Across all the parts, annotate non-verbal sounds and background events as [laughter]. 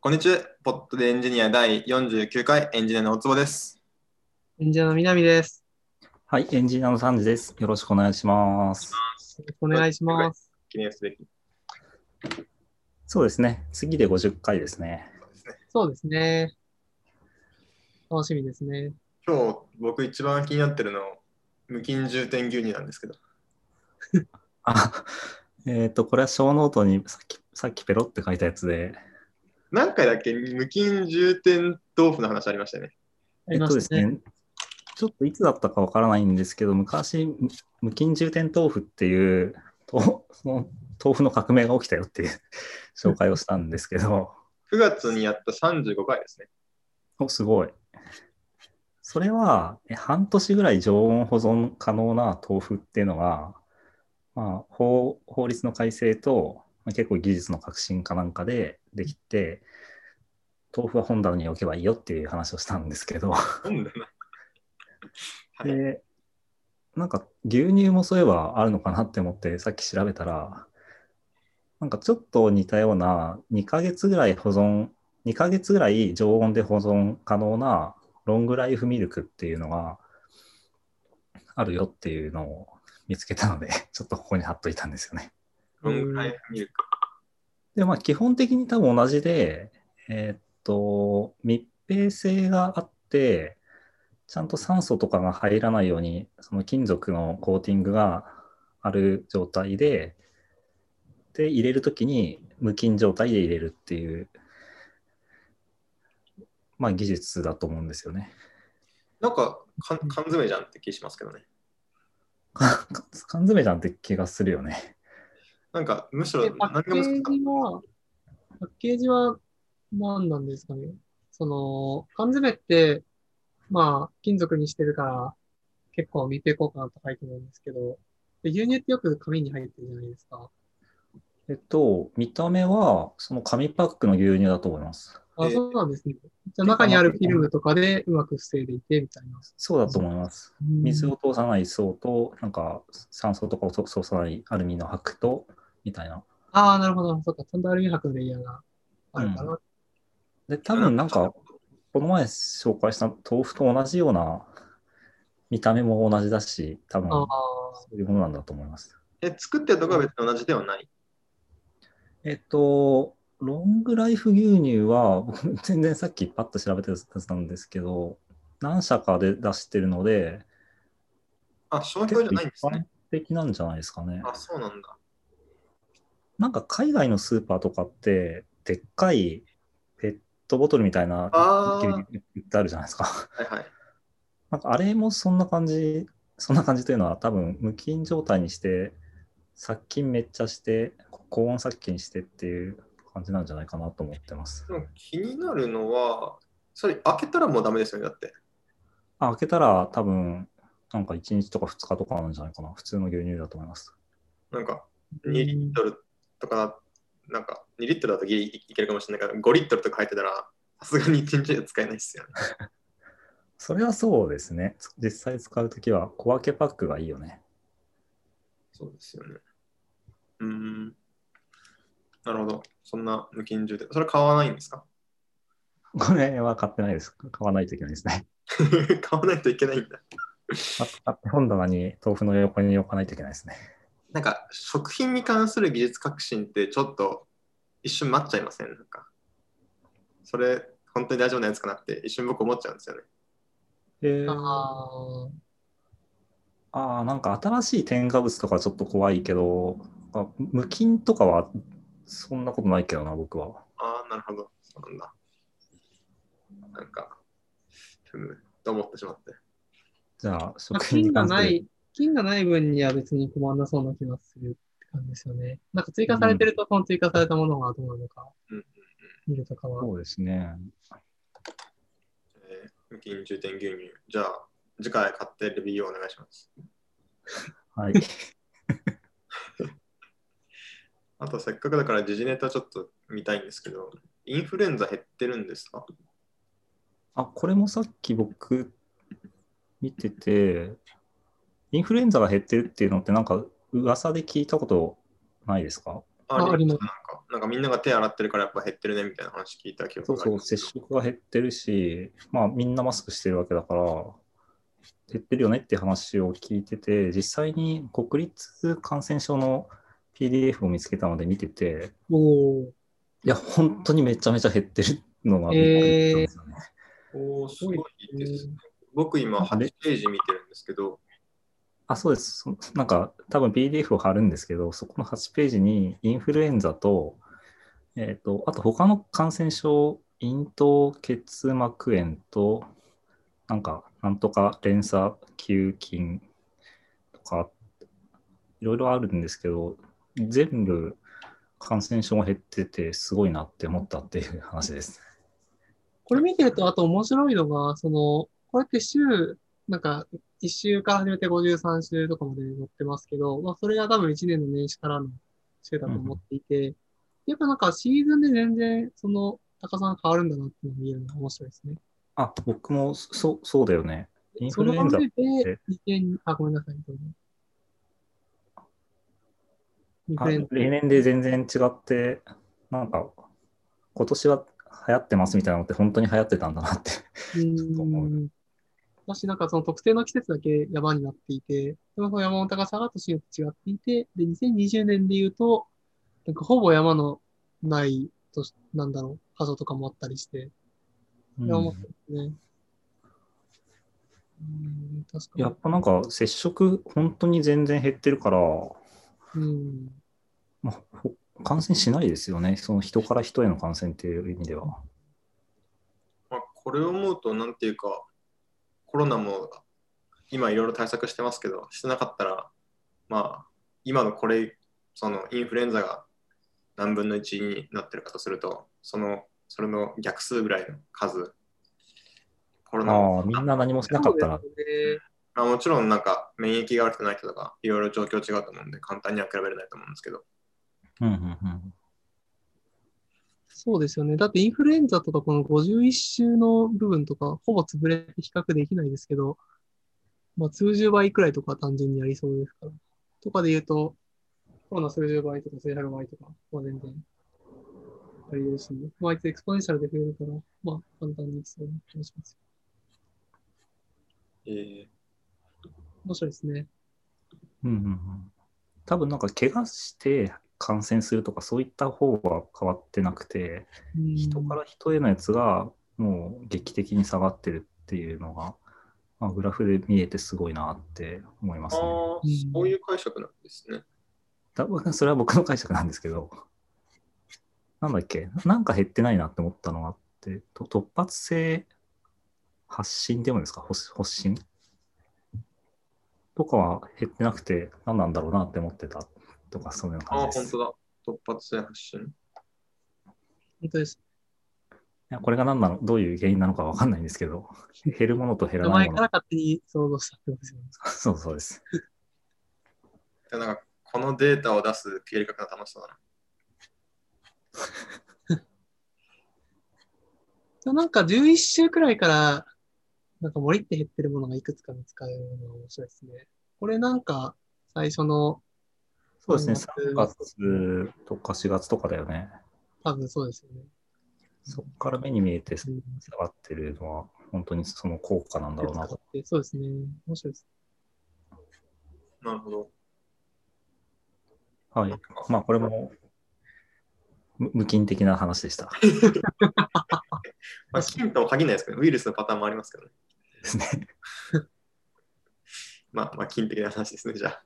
こんにちは。ポットでエンジニア第49回エンジニアの大坪です。演者の南です。はい、エンジニアのサンジです。よろしくお願いします。よろしくお願いします。記念すべき。そうですね。次で50回ですね。そうですね。楽しみですね。今日僕一番気になってるの無菌重点牛乳なんですけど。あ、えっ、と、これは小ノートにさっき、さっきペロって書いたやつで、何回だっけ無菌重点豆腐の話ありましたよね。あえりっまとですしたね。ね、ちょっといつだったかわからないんですけど、昔、む無菌重点豆腐っていう、とその豆腐の革命が起きたよっていう紹介をしたんですけど、 9月にやった35回ですね。お、すごい。それは、え半年ぐらい常温保存可能な豆腐っていうのが、まあ、法法律の改正と、まあ結構技術の革新かなんかでできて、豆腐は本棚に置けばいいよっていう話をしたんですけど、なんだな。はいで、なんか牛乳もそういえばあるのかなって思ってさっき調べたら、なんかちょっと似たような2ヶ月ぐらい保存、2ヶ月ぐらい常温で保存可能なロングライフミルクっていうのがあるよっていうのを見つけたので、 [laughs] ちょっとここに貼っといたんですよね。ロングライフミルク。で、まあ基本的に多分同じで、えーっと、密閉性があって、ちゃんと酸素とかが入らないように、その金属のコーティングがある状態で、で、入れるときに無菌状態で入れるっていう、まあ技術だと思うんですよね。なんかか缶詰じゃんって気しますけどね。かか缶詰じゃんって気がするよね。なんかむしろでパ何ッケが難しかーっジは、パッケージは何なんですかね。その、缶詰って、まあ、金属にしてるから、結構密閉効果が高いと思うんですけど、で牛乳ってよく紙に入ってるじゃないですか。えっと、見た目はその紙パックの牛乳だと思います。あ、えーそうなんですね。じゃあ中にあるフィルムとかでうまく防いでいて、みたいな。そうだと思います。水を通さない層と、なんか酸素とかを通通さないアルミの箔と、みたいな。ああ、なるほど。そうか。ちゃんとアルミ箔のレイヤーがあるかな。で、多分なんか、この前紹介した豆腐と同じような、見た目も同じだし、多分ああ、そういうものなんだと思います。たえ、作ってるとこは別に同じではない。えっと、ロングライフ牛乳は、僕全然さっきパッと調べたやつなんですけど、何社かで出してるので、あ、商結標じ構ゃないんですね。的なんじゃないですかね。あ、そうなんだ。なんか海外のスーパーとかって、でっかいペットボトルみたいな、あーギュギュギュギュってあるじゃないですか。はいはい。なんかあれもそんな感じ、そんな感じというのは、多分無菌状態にして、殺菌めっちゃして、高温殺菌してっていう感じなんじゃないかなと思ってます。でも気になるのは、それ開けたらもうダメですよね、だって。あ開けたら、多分なんか1日とか2日とかなんじゃないかな。普通の牛乳だと思います。なんか2リットルとか、なんか2リットルだとギリいけるかもしれないけど、5リットルとか入ってたら、さすがに1日で使えないですよね。それはそうですね。実際使うときは小分けパックがいいよね。そうですよね。うーん。なるほど。そんな無菌充電。それ買わないんですか [laughs] これは買ってないです。買わないといけないですね。買わないといけないんだ。あ本棚に豆腐の横に置かないといけないですね。なんか食品に関する技術革新ってちょっと一瞬待っちゃいませんなんかそれ本当に大丈夫なやつかなって一瞬僕思っちゃうんですよね。あああー、なんか新しい添加物とかちょっと怖いけど、あ無菌とかはそんなことないけどな、僕は。ああ、なるほど。そうなんだ。なんか、ふむ、と思ってしまって。じゃあ、あ。食金品にが関すなる。い、金がない分には別に困んなそうな気がするって感じですよね。なんか追加されてると、その追加されたものがどうなのかうんうん、見るとかは。そうですね。えー無菌重点牛乳。じゃあ、次回買ってレビューをお願いします。 [laughs] はい。あと、せっかくだから時事ネタちょっと見たいんですけど、インフルエンザ減ってるんですかあ、これもさっき僕見てて、インフルエンザが減ってるっていうのってなんか噂で聞いたことないですかああありますなんか、なんかみんなが手洗ってるからやっぱ減ってるねみたいな話聞いた記憶そうがありそう、ます接触が減ってるし、まあみんなマスクしてるわけだから、減ってるよねって話を聞いてて、実際に国立感染症の PDF を見つけたので見てて、おーいや、本当にめちゃめちゃ減ってるのがびっくりしたんですよね。おーすごいですね。僕今8ページ見てるんですけど、あ、そうです。そなんか、多分 PDF を貼るんですけど、そこの8ページにインフルエンザと、えっ、と、あと他の感染症、咽頭結膜炎と、なんか、なんとか連鎖球菌とか、いろいろあるんですけど、全部感染症が減ってて、すごいなって思ったっていう話です。これ見てると、あと面白いのが、その、これって週、なんか、1週から始めて53週とかまで載ってますけど、まあ、それが多分1年の年始からの週だと思っていて、やっぱなんかシーズンで全然、その、高さが変わるんだなっていうのが見えるのが面白いですね。あ、僕もそ、そうだよね。インそフルのエンザ上で、二千あ、ごめんなさい。どうぞインフあルエンザ例年で全然違って、なんか、今年は流行ってますみたいなのって、本当に流行ってたんだなって。っと思ううん私なんかその特定の季節だけ山になっていて、でもその山の高さが都心と違っていて、で、2020年で言うと、なんかほぼ山のない都市、なんだろう、箇所とかもあったりして、ういんや、思ったですね。うん、確かに。やっぱなんか、接触、本当に全然減ってるから、うん。まあほ感染しないですよね。その人から人への感染っていう意味では。まあ、これを思うと、なんていうか、コロナも今いろいろ対策してますけど、してなかったら、まあ、今のこれ、そのインフルエンザが何分の1になってるかとすると、その、それの逆数ぐらいの数、コロナもああ、みんな何もしなかったらそ、うですねまあ、もちろんなんか免疫がある人ない人とかいろいろ状況違うと思うんで簡単には比べれないと思うんですけどうんうんうん。そうですよね。だってインフルエンザとかこの51週の部分とか、ほぼ潰れて比較できないですけど、まあ数十倍くらいとか単純にやりそうですから。とかで言うと、コロナ数十倍とか数百倍とかは全然ありですし、まああいつエクスポネンシャルで増えるから、まあ簡単にいきそうな気がします。えー面白いですね。うんうんうん多分なんか、怪我して感染するとか、そういった方は変わってなくて、うん人から人へのやつがもう劇的に下がってるっていうのが、まあ、グラフで見えてすごいなって思いますね。あーそういう解釈なんですね多分それは僕の解釈なんですけど、なんだっけ、なんか減ってないなって思ったのがあって、と突発性発疹って読むんですか発発疹とかは減ってなくて、何なんだろうなって思ってたとか、そういうああ感じで本す。い当だ突発性発疹本当です。やこれが何なの、どういう原因なのかわかんないんですけど、減るものと減ら名な前いかもらの。勝手に想像したってことですよね。そうそうです。いやなんかこのデータを出すピエール角が楽しそうだなでもなんか11週くらいから、なんか森って減ってるものがいくつか見つかるのが面白いですね。これなんか、最初の、そうですね、 3 3月月とか4月とかだよね。多分そうですよね。そこから目に見えて下うんがってるのは、本当にその効果なんだろうなと。そうですね。面白いです。なるほどはいなん。かまあ、これも無無菌的な話でした。まあ、菌とも限らないですけど、ウイルスのパターンもありますけどね。ですね。 [laughs] まあ、まあ、菌的な話ですね、じゃ [laughs] あ。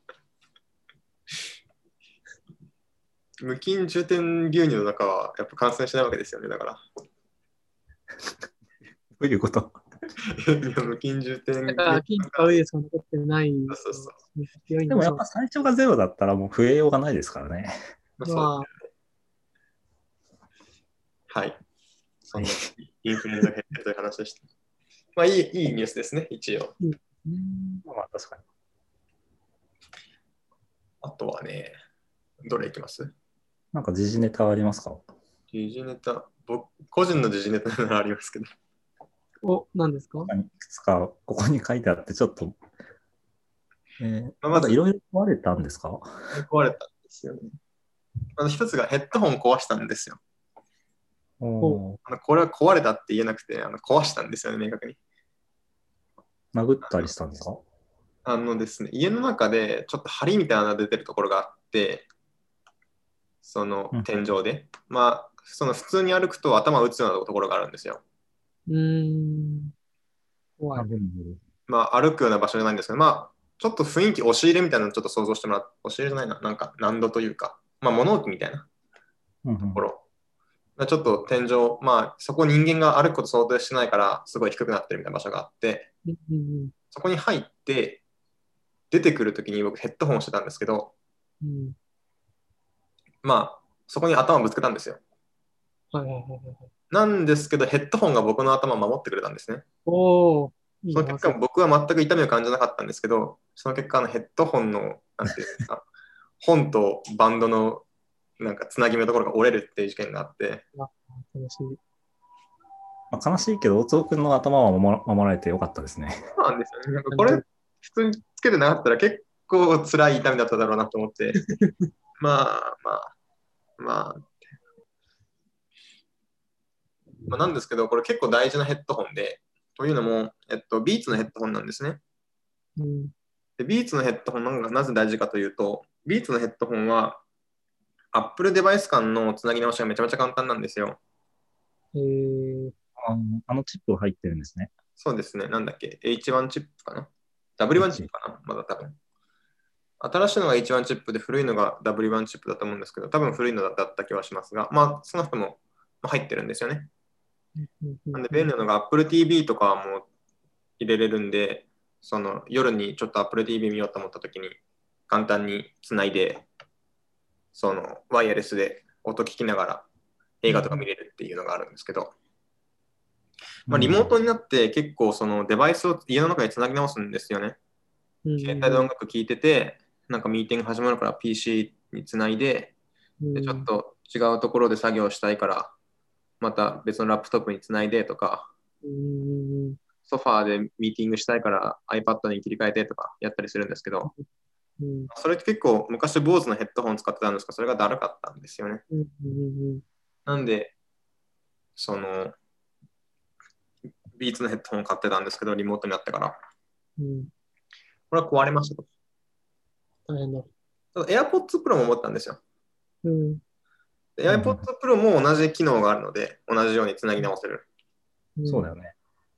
無菌重点牛乳の中は、やっぱ感染しないわけですよね、だから。 [laughs] どういうこといや無菌重点牛乳だから、金とかウイルスが残ってない。そうそう強いんででもしやょっぱ最初がゼロだったらもう増えようがないですからね。まあう。そうまあ、はい。そんなインフルエンザが減ってるという話でした。まあいい、いいニュースですね、一応。うんまあ確かに。あとはね、どれいきますなんか時事ネタありますか時事ネタ、僕、個人の時事ネタならありますけど。お、何ですかいくつかここに書いてあって、ちょっと、えーまあままだずいろいろ問われたんですか壊れたんですよね。あの一つがヘッドホン壊したんですよ。おーあのこれは壊れたって言えなくて、あの壊したんですよね、明確に。殴ったりしたんですかあのですね、家の中でちょっと針みたいなのが出てるところがあって、そのうん天井で、まあ、その普通に歩くと頭打つようなところがあるんですよ。うーん。怖い。まあ、歩くような場所じゃないんですけど、まあ、ちょっと雰囲気、押し入れみたいなのちょっと想像してもらって、押し入れじゃないな、なんか難度というか、まあ、物置みたいなうんうんところ。ちょっと天井、まあ、そこ人間が歩くこと想定してないから、すごい低くなってるみたいな場所があって、うんうんそこに入って、出てくるときに僕ヘッドホンしてたんですけど、うんうんまあ、そこに頭ぶつけたんですよ。はいはいはいはい。なんですけど、ヘッドホンが僕の頭を守ってくれたんですね。おお。いいその結果、僕は全く痛みを感じなかったんですけど、その結果、あのヘッドホンの、なんていうんですか、 [laughs] 本とバンドの、なんか、つなぎ目のところが折れるっていう事件があって、楽しい。まあ、悲しいけど、大坪君の頭は守ら守られてよかったですね。そうなんですよね。なんかこれ、普通につけてなかったら結構辛い痛みだっただろうなと思って、 [laughs] まあまあ、まあ、まあ、なんですけど、これ結構大事なヘッドホンで、というのも、えっと、ビーツのヘッドホンなんですね。うん。で、ビーツのヘッドホンなんかなぜ大事かというと、ビーツのヘッドホンは、Apple デバイス間のつなぎ直しがめちゃめちゃ簡単なんですよ。えー、 [laughs] あのあのチップ入ってるんですね。そうですね、なんだっけ、H1 チップかな ?W1 チップかなまだ多分。新しいのが H1 チップで、古いのが W1 チップだと思うんですけど、多分古いのだった気はしますが、まあ、少なくともまあ入ってるんですよね。うんうんなんで便利なのが Apple TV とかも入れれるんで、その夜にちょっと Apple TV 見ようと思った時に簡単につないで、そのワイヤレスで音聞きながら映画とか見れるっていうのがあるんですけど、まあ、リモートになって結構そのデバイスを家の中につなぎ直すんですよね。うん携帯で音楽聴いてて、なんかミーティング始まるから PC につないで、でちょっと違うところで作業したいから、また別のラップトップにつないでとか、うんうんうんソファーでミーティングしたいから iPad に切り替えてとかやったりするんですけど、うんそれって結構昔 BOSE のヘッドホン使ってたんですが、それがだるかったんですよね。うんうんうんなんで、その、ビーツのヘッドホン買ってたんですけど、リモートになってから。うんこれは壊れましたと。大変だ。ただ AirPods Pro も持ったんですよ。うん。で AirPods Pro も同じ機能があるので、同じようにつなぎ直せる。うんそうだよね。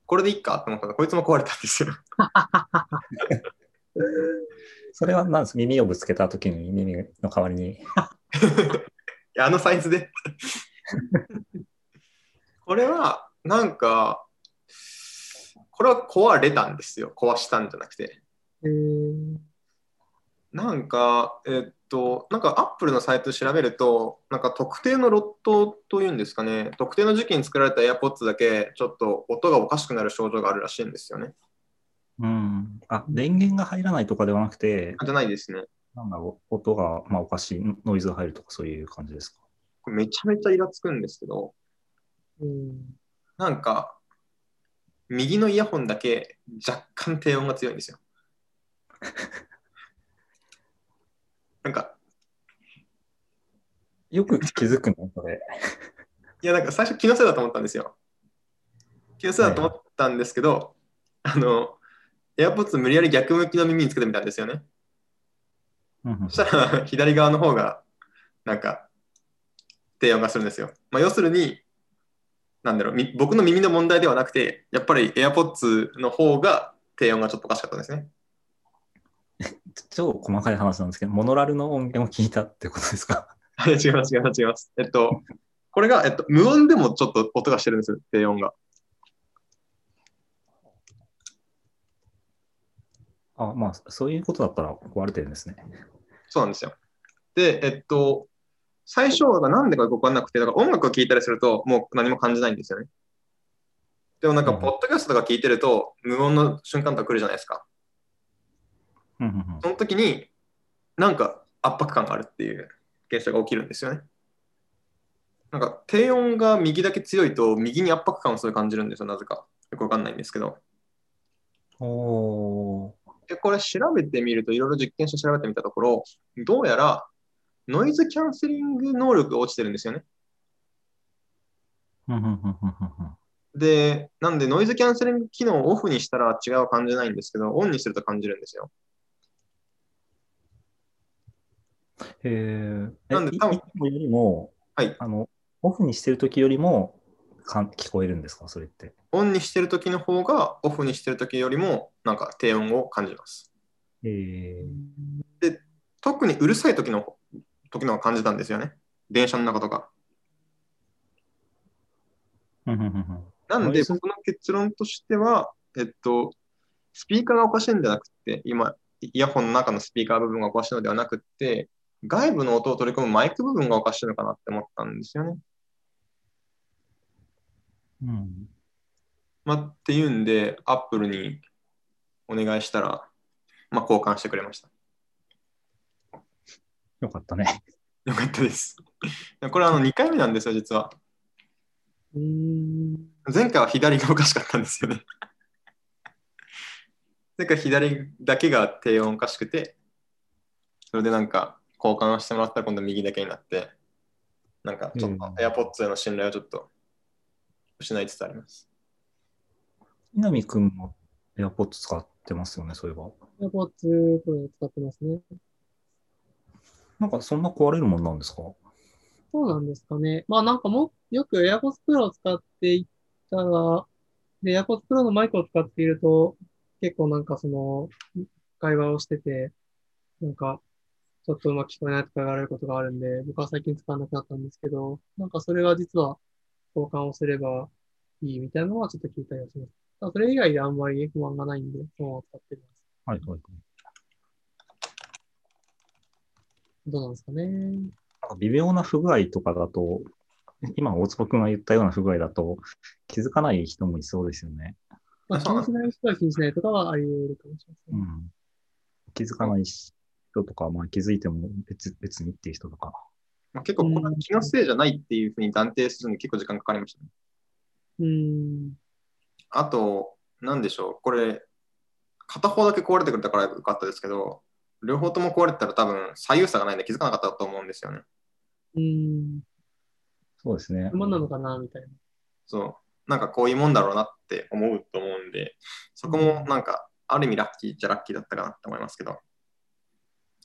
これでいいかと思ったら、こいつも壊れたんですよ。 [laughs] それはなんです耳をぶつけたときに耳の代わりに。いや、あのサイズで。 [laughs] これは、なんか、これは壊れたんですよ。壊したんじゃなくて。えー、なんか、えっと、なんかアップルのサイト調べると、なんか特定のロットというんですかね、特定の時期に作られた AirPods だけ、ちょっと音がおかしくなる症状があるらしいんですよね。うん。あ、電源が入らないとかではなくてあ、じゃないですね。なんだろう、音が、まあ、おかしい、ノイズが入るとかそういう感じですか。これめちゃめちゃイラつくんですけど、うん。なんか、右のイヤホンだけ若干低音が強いんですよ。 [laughs] なんか、よく気づくの、それ。いや、なんか最初気のせいだと思ったんですよ。気のせいだと思ったんですけど、あの、AirPods 無理やり逆向きの耳につけてみたんですよね。うんうんそしたら左側の方が、なんか、低音がするんですよ。まあ、要するに、なんだろう、み僕の耳の問題ではなくて、やっぱり AirPods の方が低音がちょっとおかしかったんですね。 [laughs] 超細かい話なんですけど、モノラルの音源を聞いたってことですか。はい、違います、違います、違います。えっと、これが、えっと、無音でもちょっと音がしてるんですよ、低音が。 [laughs] あ、まあ、そういうことだったら壊れてるんですね。そうなんですよ。で、えっと、最初はなんでかよくわかんなくて、だから音楽を聴いたりすると、もう何も感じないんですよね。でもなんか、うんポッドキャストとか聞いてると、無音の瞬間とか来るじゃないですか。うんうんうんその時に、なんか圧迫感があるっていう現象が起きるんですよね。なんか、低音が右だけ強いと、右に圧迫感をすごい感じるんですよ、なぜか。よくわかんないんですけど。おーで、これ調べてみると、いろいろ実験して調べてみたところ、どうやらノイズキャンセリング能力が落ちてるんですよね。うんうんうんうんうんで、なんでノイズキャンセリング機能をオフにしたら違う感じないんですけど、オンにすると感じるんですよ。へえ。なんでえい多分いつもよりも、はいあの、オフにしてる時よりもかん聞こえるんですか、それって。オンにしてるときの方がオフにしてるときよりもなんか低音を感じます。へえ。特にうるさいときの時の方が感じたんですよね。電車の中とか。うんうんうんうんなんであそう僕の結論としては、えっと、スピーカーがおかしいんじゃなくって、今、イヤホンの中のスピーカー部分がおかしいのではなくって、外部の音を取り込むマイク部分がおかしいのかなって思ったんですよね。うん。まあ、っていうんで、アップルにお願いしたら、まあ、交換してくれました。よかったね。 [laughs] よかったです。 [laughs] これあの2回目なんですよ、実は。うーん。前回は左がおかしかったんですよね。 [laughs] 前回左だけが低音おかしくて、それでなんか交換してもらったら今度右だけになって、なんかちょっとうん AirPods への信頼をちょっと失いつつあります。南くんも AirPods 使ってますよね、そういえば。エアポッツプロ使ってますね。なんかそんな壊れるもんなんですかそうなんですかね。まあなんかもう、よく AirPods Pro を使っていたら、で、AirPods Pro のマイクを使っていると、結構なんかその、会話をしてて、なんか、ちょっとうまく聞こえないとか言われることがあるんで、僕は最近使わなくなったんですけど、なんかそれは実は交換をすればいいみたいなのはちょっと聞いたりはします。ただそれ以外であんまり不安がないんで、そのまま使ってます。はいはい。どうなんですかね。なんか微妙な不具合とかだと、 [laughs] 今大坪くんが言ったような不具合だと気づかない人もいそうですよね。まあ、気にしない人は気にしないとかはあり得るかもしれません。うん。気づかない人とか、まあ気づいても別別にっていう人とか。まあ、結構これは気のせいじゃないっていうふうに断定するのに結構時間かかりましたね。うーん。あと、なんでしょう、これ、片方だけ壊れてくれたからよかったですけど、両方とも壊れてたら多分左右差がないんで気づかなかったと思うんですよね。うーん。そうですね。馬なのかなみたいな。そう、なんかこういうもんだろうなって思うと思うんで、そこもなんか、ある意味ラッキーじゃラッキーだったかなって思いますけど。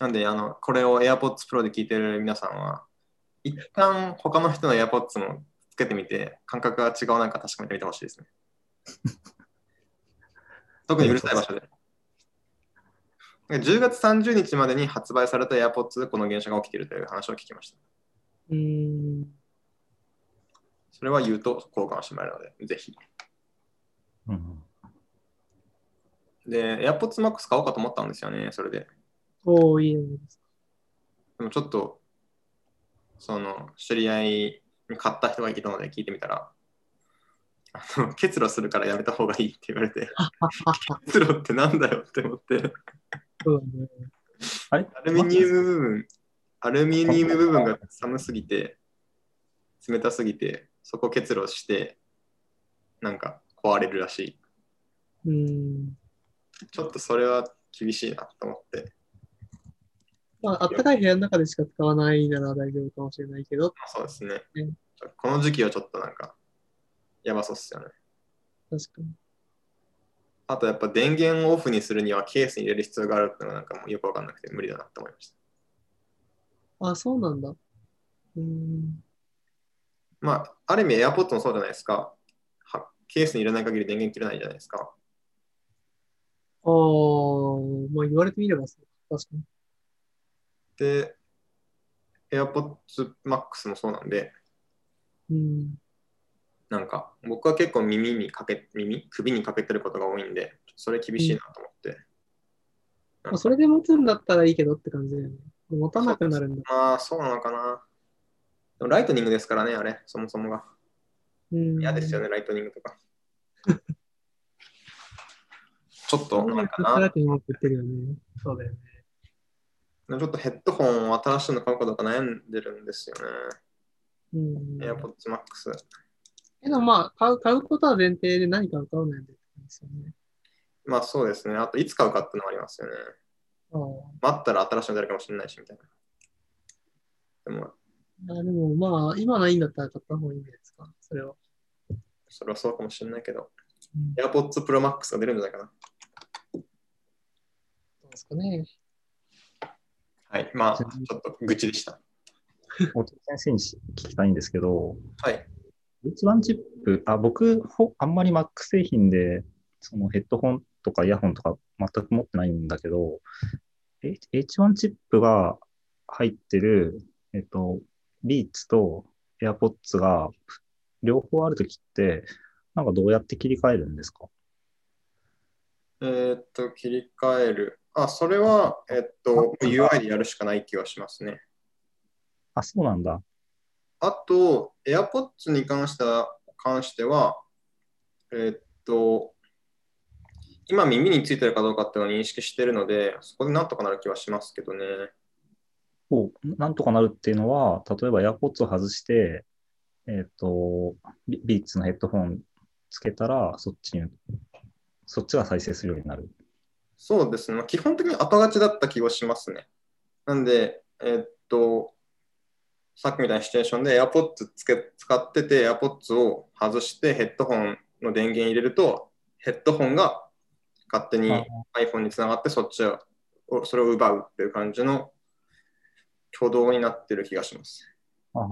なんで、あの、これを AirPods Pro で聞いてる皆さんは、一旦他の人の AirPods もつけてみて、感覚が違うなんか確かめてみてほしいですね。特にうるさい場所で。10月30日までに発売された AirPods でこの現象が起きているという話を聞きました。うーん。それは言うと交換してもらえるので、ぜひ。うん。で、AirPods Max 買おうかと思ったんですよね、それで。おー、いいね。でもちょっと、その、知り合いに買った人がいたので聞いてみたら、あの結露するからやめた方がいいって言われ [laughs] て、結露ってなんだよって思って、そうだね。あれアルミニウム部分、アルミニウム部分が寒すぎて、冷たすぎて、そこ結露して、なんか壊れるらしい。うーん。ちょっとそれは厳しいなと思って、まあ、あったかい部屋の中でしか使わないなら大丈夫かもしれないけど、まあそうですねうん。この時期はちょっとなんか、やばそうっすよね。確かに。あとやっぱ電源をオフにするにはケースに入れる必要があるっていうのはなんかもうよくわかんなくて無理だなって思いました。あ、そうなんだ。うーん。まあ、ある意味 AirPods もそうじゃないですか。はケースに入れない限り電源切れないじゃないですか。あー、まあ言われてみればそう。確かに。で、AirPods Max もそうなんで、うん。なんか僕は結構耳にかけ、耳首にかけてることが多いんで、それ厳しいなと思って。まあ、それで持つんだったらいいけどって感じだよね。持たなくなるんだ。まあ、そうなのかな。でもライトニングですからね、あれ、そもそもが。うん。嫌ですよね、ライトニングとか。ちょっそとうなんだかな。って今言ってるよね。そうだよね。ちょっとヘッドホンを新しいの買うかどうか悩んでるんですようん。ね。AirPods Max。けどまあ、買う、買うことは前提で何か買うのやでですよね。まあそうですね。あといつ買うかってのもありますよね。ああ、待ったら新しいの出るかもしれないしみたいな。でも、あでもまあ、今ないんだったら買った方がいいんじゃないですか、それは。それはそうかもしれないけど、うん、ど AirPods Pro Max が出るんじゃないかな。うですかね。はい、まあ、ちょっと愚痴でした。大谷先生にし聞きたいんですけど、はい。一番チップ、あ、僕、ほあんまり Mac 製品で、そのヘッドホンとかイヤホンとか全く持ってないんだけど、H- H1 チップが入ってる、えっと、ビーツと AirPods が両方あるときって、なんかどうやって切り替えるんですかえーっと、切り替える。あ、それは、えっと、UI でやるしかない気はしますね。あ、そうなんだ。あと、AirPods に関しては、関してはえーっと、今耳についてるかどうかっていうのを認識してるので、そこでなんとかなる気はしますけどね。こう、なんとかなるっていうのは、例えば AirPods を外して、えっ、と、ビビーツのヘッドホンつけたら、そっちに、そっちが再生するようになる。そうですね、まあ、基本的に後勝ちだった気がしますね。なんで、えーっと、さっきみたいなシチュエーションで AirPods つけ使ってて、AirPods を外してヘッドホンの電源入れると、ヘッドホンが勝手にあ iPhone につながって、そっちを、それを奪うっていう感じの挙動になってる気がします。ああ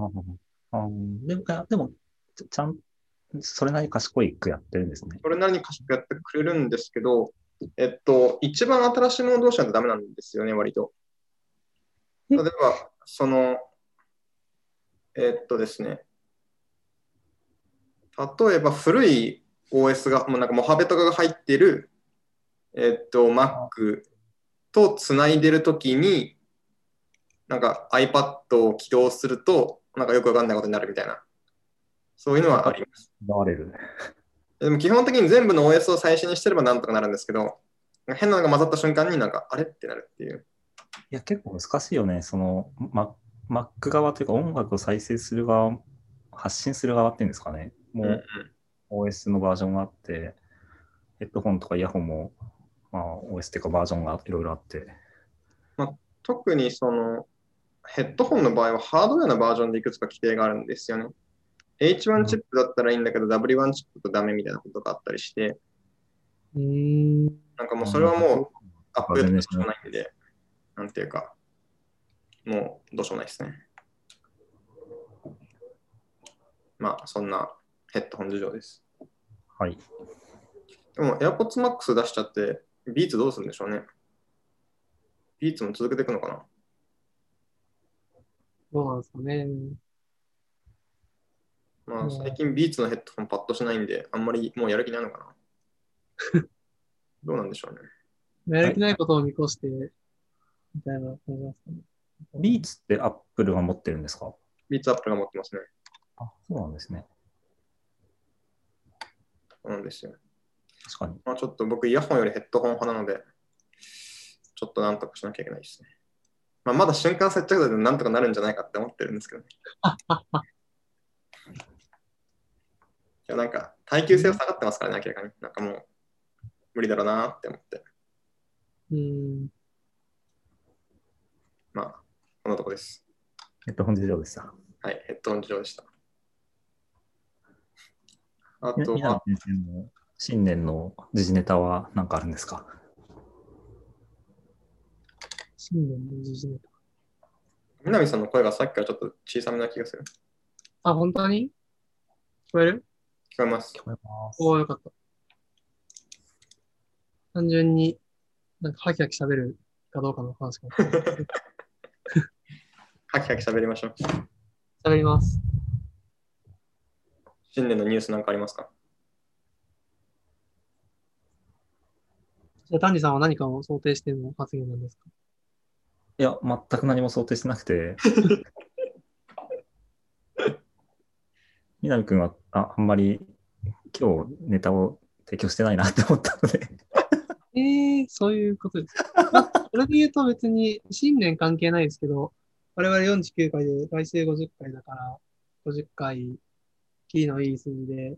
あでも、あでもちちゃん、それなりに賢いくやってるんですね。それなりに賢くやってくれるんですけど、えっと、一番新しいもの同士なんてダメなんですよね、割と。え例えば、その、えっとですね、例えば古い OS が、もうなんかモハベとかが入ってる、えっと、Mac とつないでるときに、なんか iPad を起動すると、なんかよくわかんないことになるみたいな、そういうのはあります。奪われる。でも基本的に全部の OS を最新にしてればなんとかなるんですけど、変なのが混ざった瞬間になんか、あれってなるっていう。いや、結構難しいよね。その、ま、Mac 側というか、音楽を再生する側、発信する側っていうんですかね。もう、うんうん OS のバージョンがあって、ヘッドホンとかイヤホンも、まあ、OS っていうかバージョンがいろいろあって。特にその、ヘッドホンの場合はハードウェアのバージョンでいくつか規定があるんですよね。H1 チップだったらいいんだけど、W1 チップとダメみたいなことがあったりして、うーん。なんかもうそれはもうアップデートど全然うしようもないんで、なんていうか、もうどうしようもないですね。まあ、そんなヘッドホン事情です。はい。でも AirPods Max 出しちゃって、ビーツどうするんでしょうね。ビーツも続けていくのかなどうなんですかね。まうあん最近ビーツのヘッドホンパッとしないんで、あんまりもうやる気ないのかな [laughs] どうなんでしょうね。やる気ないことを見越して、みたいな感じなんですかね。ビーツって Apple が持ってるんですかビーツアップルが持ってますね。あ、そうなんですね。そうなんですよ。確かに。まあちょっと僕イヤホンよりヘッドホン派なので、ちょっとなんとかしなきゃいけないですね。まあまだ瞬間接着剤でなんとかなるんじゃないかって思ってるんですけどね。 [laughs] いやなんか耐久性は下がってますからね、明らかに。なんかもう無理だろうなって思って。うーん。まあ、こんなとこです。ヘッドホン事情でした。はい、ヘッドホン事情でした。あみと南は、先生の新年の時事ネタは何かあるんですか新年の時事ネタ。南さんの声がさっきからちょっと小さめな気がする。あ、本当に聞こえる聞こえます。聞こえますおー、よかった。単純に、なんかハキハキ喋るかどうかの話かも。ハキハキ喋りましょう。喋ります。新年のニュースなんかありますかじゃあ、丹治さんは何かを想定しての発言なんですかいや、全く何も想定してなくて。 [laughs] 南君はああんまり今日ネタを提供してないなって思ったので。ええー、そういうことですか。まあ、それで言うと別に新年関係ないですけど、我々49回で来週50回だから、50回、キリのいい数字で、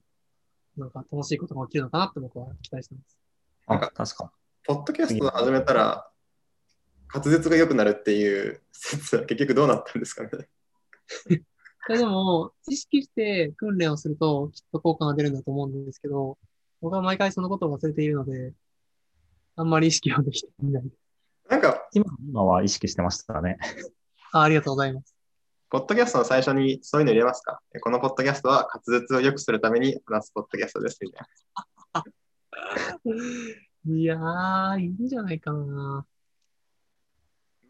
なんか楽しいことが起きるのかなって僕は期待してます。なあ、んか確か。ポッドキャストを始め [laughs] たら、滑舌が良くなるっていう説は結局どうなったんですかねいやでも、知識して訓練をするときっと効果が出るんだと思うんですけど、僕は毎回そのことを忘れているので、あんまり意識はできていない。なんか、今今は意識してましたね。あありがとうございます。ポッドキャストの最初にそういうの入れますかえこのポッドキャストは滑舌を良くするために話すポッドキャストですみたいいやー、いいんじゃないかな。な。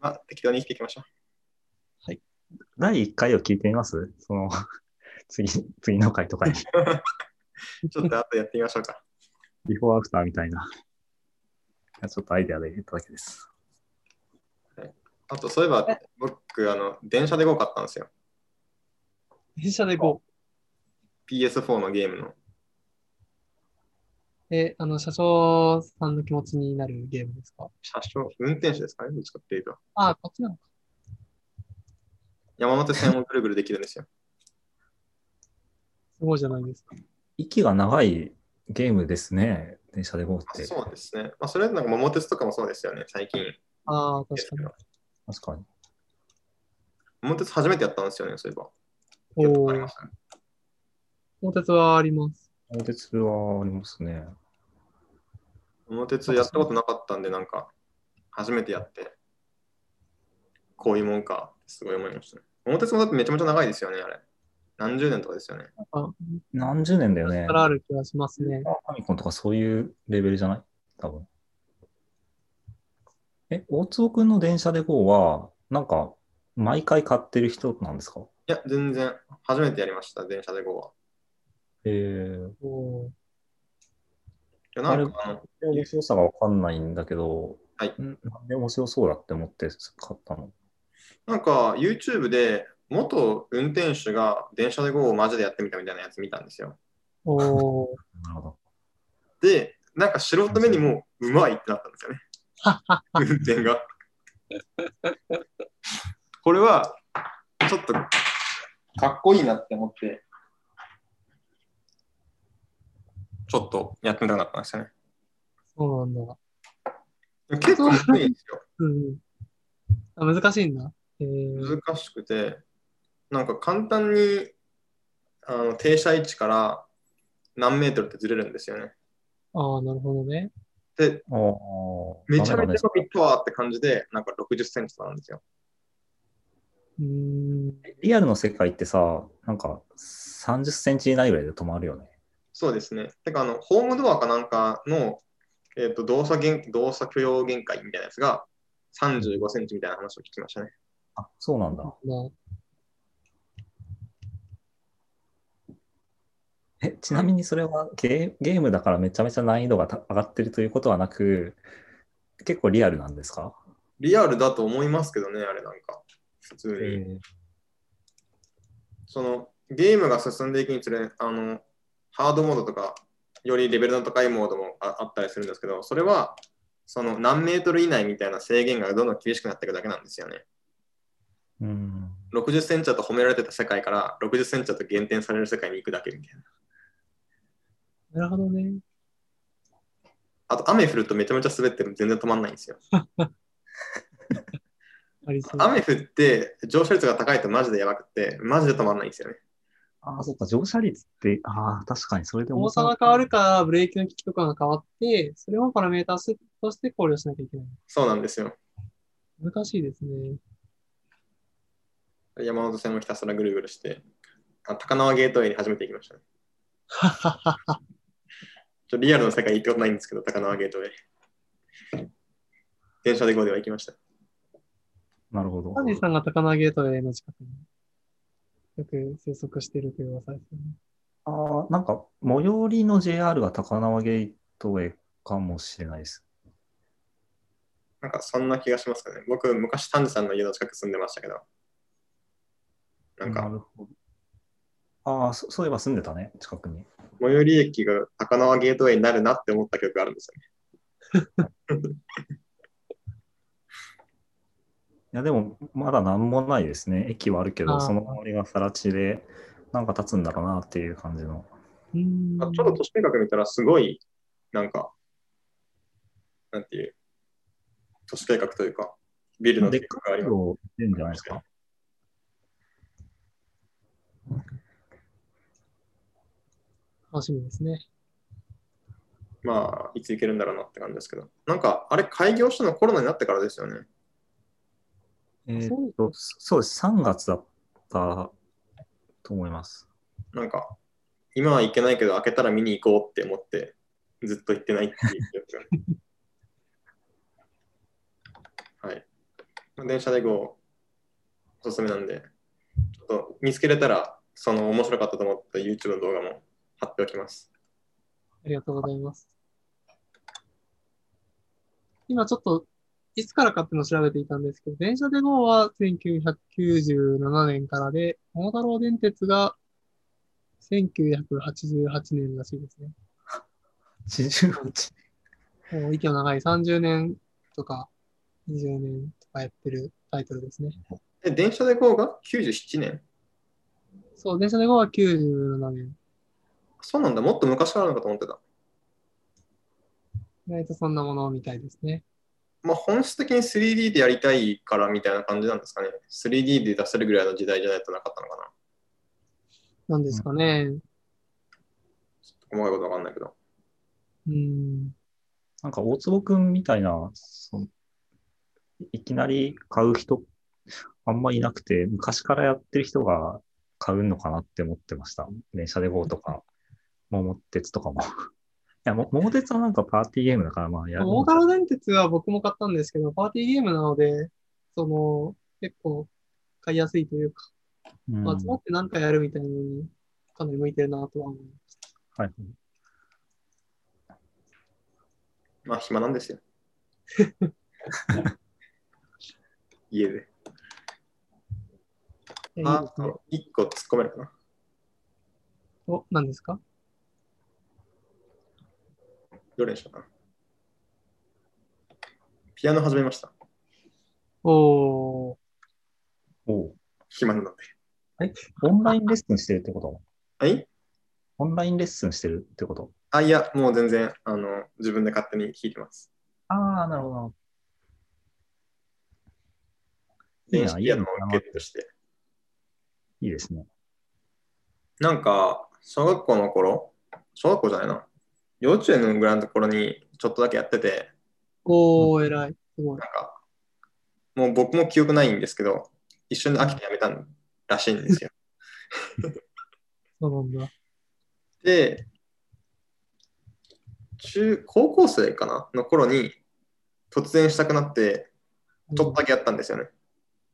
まあ、適当に生きていきましょう。第1回を聞いてみますその、 [laughs] 次、次の回と [laughs] かに、ちょっと後でやってみましょうか。 [laughs] ビフォーアフターみたいな。いやちょっとアイデアで言っただけです。あと、そういえば、僕、あの、電車で5買ったんですよ。電車でこ PS4 のゲームの。う。え、あの、車掌さんの気持ちになるゲームですか車掌、運転手ですかねどっちかっていうと。ああ、こっちなのか。山手線をぐるぐるできるんです [laughs] よ。すごいじゃないですか。息が長いゲームですね。電車で GO っあて。そうですね。まあ、それなんか桃鉄とかもそうですよね、最近。ああ、確ですかけにど。確かに。桃鉄初めてやったんですよね、そういえば。やったことおありーま、したね鋼鉄はあります。鋼鉄はありますね。桃鉄やったことなかったんで、なんか、初めてやって、こういうもんか、すごい思いましたね。桃鉄もだってめちゃめちゃ長いですよね、あれ。何十年とかですよね。なんか、何十年だよね。力ある気がしますね。ファミコンとかそういうレベルじゃない多分。え、大坪くんの電車で GO は、なんか、毎回買ってる人なんですかいや、全然、初めてやりました、電車で5は。えー、おーいや、あなれんかあの、面白さがわかんないんだけど、はいんなんで面白そうだって思って買ったのなんか YouTube で元運転手が電車で GO をマジでやってみたみたいなやつ見たんですよ。おー。なるほど。で、なんか素人目にもうまいってなったんですよね。ははは。運転が。これは、ちょっと、かっこいいなって思って、ちょっとやってみたくなったんですよね。そうなんだ。でも結構むずいんですよ。うんうん。あ、難しいんだ。えー、難しくて、なんか簡単にあの停車位置から何メートルってずれるんですよね。ああ、なるほどね。で、ああ。めちゃめダメちゃだね伸びたわって感じで、なんか60センチとかなんですよ。うーん。リアルの世界ってさ、なんか30センチ以内ぐらいで止まるよね。そうですね。てか、あの、ホームドアかなんかの、えっ、と、動作限、動作許容限界みたいなやつが35センチみたいな話を聞きましたね。あ、そうなんだ。なえ、ちなみにそれはゲーゲームだからめちゃめちゃ難易度がた上がってるということはなく、結構リアルなんですか、リアルだと思いますけどね、あれなんか。普通に。えその、ゲームが進んでいくにつれ、あの、ハードモードとか、よりレベルの高いモードもああったりするんですけど、それは、その何メートル以内みたいな制限がどんどん厳しくなっていくだけなんですよね。うん。 60センチだと褒められてた世界から60センチだと減点される世界に行くだけみたいな。なるほどね。あと雨降るとめちゃめちゃ滑っても全然止まんないんですよ。ありそう。雨降って上昇率が高いとマジでやばくて、マジで止まんないんですよね。ああ、そっか、乗車率って、ああ、確かにそれで重さが変わるから、ブレーキの効きとかが変わって、それもパラメータ数として考慮しなきゃいけない。そうなんですよ。難しいですね。山手線をひたすらぐるぐるして、あ高輪ゲートウェイに初めて行きましたね。はははちょは。っとリアルの世界行ったことないんですけど、高輪ゲートウェイ。電車で5では行きました。なるほどサ。ンジさんが高輪ゲートウェイの近くによく生息しているという噂ですよね。ああ、なんか、最寄りの JR が高輪ゲートウェイかもしれないです。なんかそんな気がしますかね。僕、昔、丹治さんの家の近く住んでましたけど、なんか、るほど。ああ、そそういえば住んでたね、近くに。最寄り駅が高輪ゲートウェイになるなって思った曲があるんですよね。いや、でも、まだなんもないですね。駅はあるけあど、ーその周りがさら地で、なんか立つんだろうなっていう感じの。うーん。あちょっと都市計画見たら、すごい、なんか、なんていう、都市計画というか、ビルの計画があります。出るんじゃないですか。楽しみですね。まあ、いつ行けるんだろうなって感じですけど。なんか、あれ、開業したのコロナになってからですよね。えーっと、そうです。3月だったと思います。なんか、今は行けないけど、開けたら見に行こうって思って、ずっと行ってないっていう状況。 [laughs] はい。まあ電車でこう、おすすめなんで、ちょっと見つけれたら、その面白かったと思った YouTube の動画も貼っておきます。ありがとうございます。今ちょっと、いつからかっていうのを調べていたんですけど、電車で GO は1997年からで、桃太郎電鉄が1988年らしいですね。 88。もう息の長い30年とか20年とかやってるタイトルですね。え、電車で GO が97年そう、電車で GO は97年。そうなんだ、もっと昔からなのかと思ってた。意外とそんなものみたいですね。まあ、本質的に 3D でやりたいからみたいな感じなんですかね。3D で出せるぐらいの時代じゃないとなかったのかな。なんですかね。細かいことわかんないけど。うん。なんか大坪くんみたいな、そのいきなり買う人、あんまいなくて、昔からやってる人が買うのかなって思ってました。電車で GO とか、桃鉄とかも。い [laughs] や、も桃鉄はなんかパーティーゲームだから、まあやる。大太郎電鉄は僕も買ったんですけど、パーティーゲームなので、その、結構買いやすいというか、うんまあ集まって何かやるみたいなのに、かなり向いてるなとは思います。はい。まあ、暇なん [laughs] ですよ。家で。えーいいあですね。一個突っ込めるかな。お、何ですかどれにしようかな。ピアノ始めました。おー、おう暇なんで。オンラインレッスンしてるってことはいオンラインレッスンしてるってことあ、いや、もう全然、あの、自分で勝手に弾いてます。ああ、なるほど。い電いな子ピアノをいいなゲットして。いいですね。なんか、小学校の頃、小学校じゃないな。幼稚園のぐらいのところにちょっとだけやってて、おー、偉い。すごない。んか、もう僕も記憶ないんですけど、一緒に飽きてやめたらしいんですよ。そうなんだ。で、中、高校生かなの頃に、突然したくなって、ちょっとだけやったんですよね。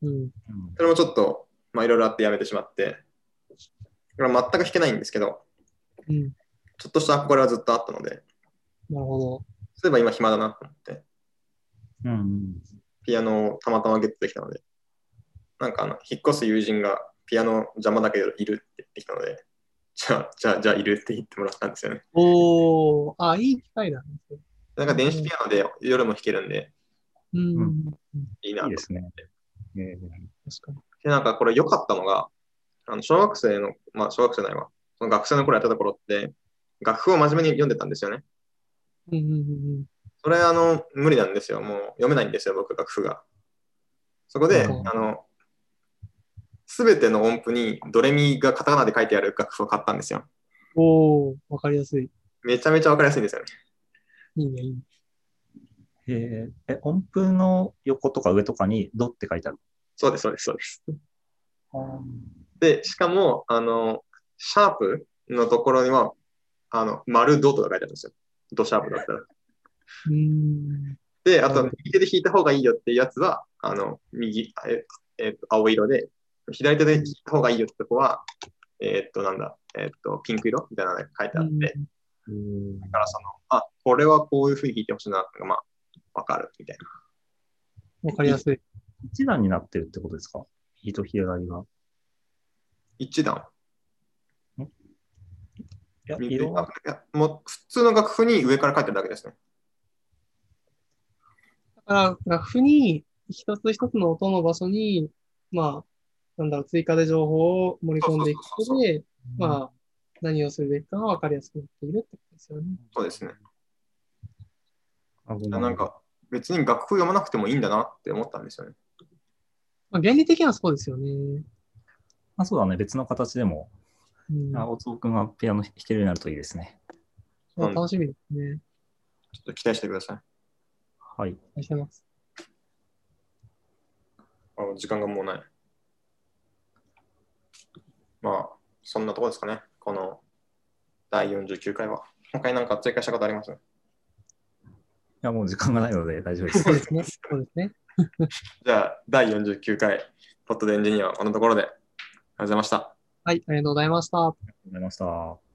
うん。うんそれもちょっと、まあいろいろあってやめてしまって、これは全く弾けないんですけど、うん。ちょっとした憧れはずっとあったので、なるほど。そういえば今暇だなと思って、うんうん。ピアノをたまたまゲットできたので、なんかあの、引っ越す友人がピアノ邪魔だけどいるって言ってきたので、じゃあ、じゃあ、じゃあいるって言ってもらったんですよね。おー、あ、いい機会だね。なんか電子ピアノで夜も弾けるんで、うん、ういいなといいですね。えー確かに。で、なんかこれ良かったのが、あの小学生の、まあ小学生ないわ、その学生の頃やってた頃って、楽譜を真面目に読んでたんですよね。うんうんうんうん。それ、あの、無理なんですよ。もう読めないんですよ、僕、楽譜が。そこで、うんあの、すべての音符にドレミがカタカナで書いてある楽譜を買ったんですよ。おー、わかりやすい。めちゃめちゃわかりやすいんですよね。いいね、いいね。えーえ、音符の横とか上とかにドって書いてある。そうです、そうです、そうです。で、しかも、あの、シャープのところには、あの、丸ドとか書いてあるんですよ。ドシャープだったら。うーん。で、あとうん右手で弾いた方がいいよっていうやつは、あの、右、ええっと、青色で、左手で弾いた方がいいよってとこは、えっと、なんだ、えっと、ピンク色みたいなのが書いてあって、だうんからその、あ、これはこういうふうに弾いてほしいなってのが、まあ、わかるみたいな。わかりやすい。一段になってるってことですか糸左が。一段。いや、右色あが。いやもう、普通の楽譜に上から書いてるだけですね。だから、楽譜に一つ一つの音の場所に、まあ、なんだろう、追加で情報を盛り込んでいくことで、まあ、何をするべきかがわかりやすくなっているってことですよね。そうですね。あ、ごめなん。か、別に楽譜読まなくてもいいんだなって思ったんですよね。まあ、原理的にはそうですよね。あ、そうだね。別の形でも、うん、あ大坪くんがピアノ弾けるようになるといいですね。そう楽しみですね。ちょっと期待してくださはい。期待してます。い。あ時間がもうない。まあ、そんなとこですかね。この第49回は。今回なんか追加したことありますいや、もう時間がないので大丈 [laughs] 夫ですそう。ですね。そうですね。じゃあ、第49回、ポッドでエンジニアはこのところで、ありがとうございました。はい、ありがとうございました。ありがとうございました。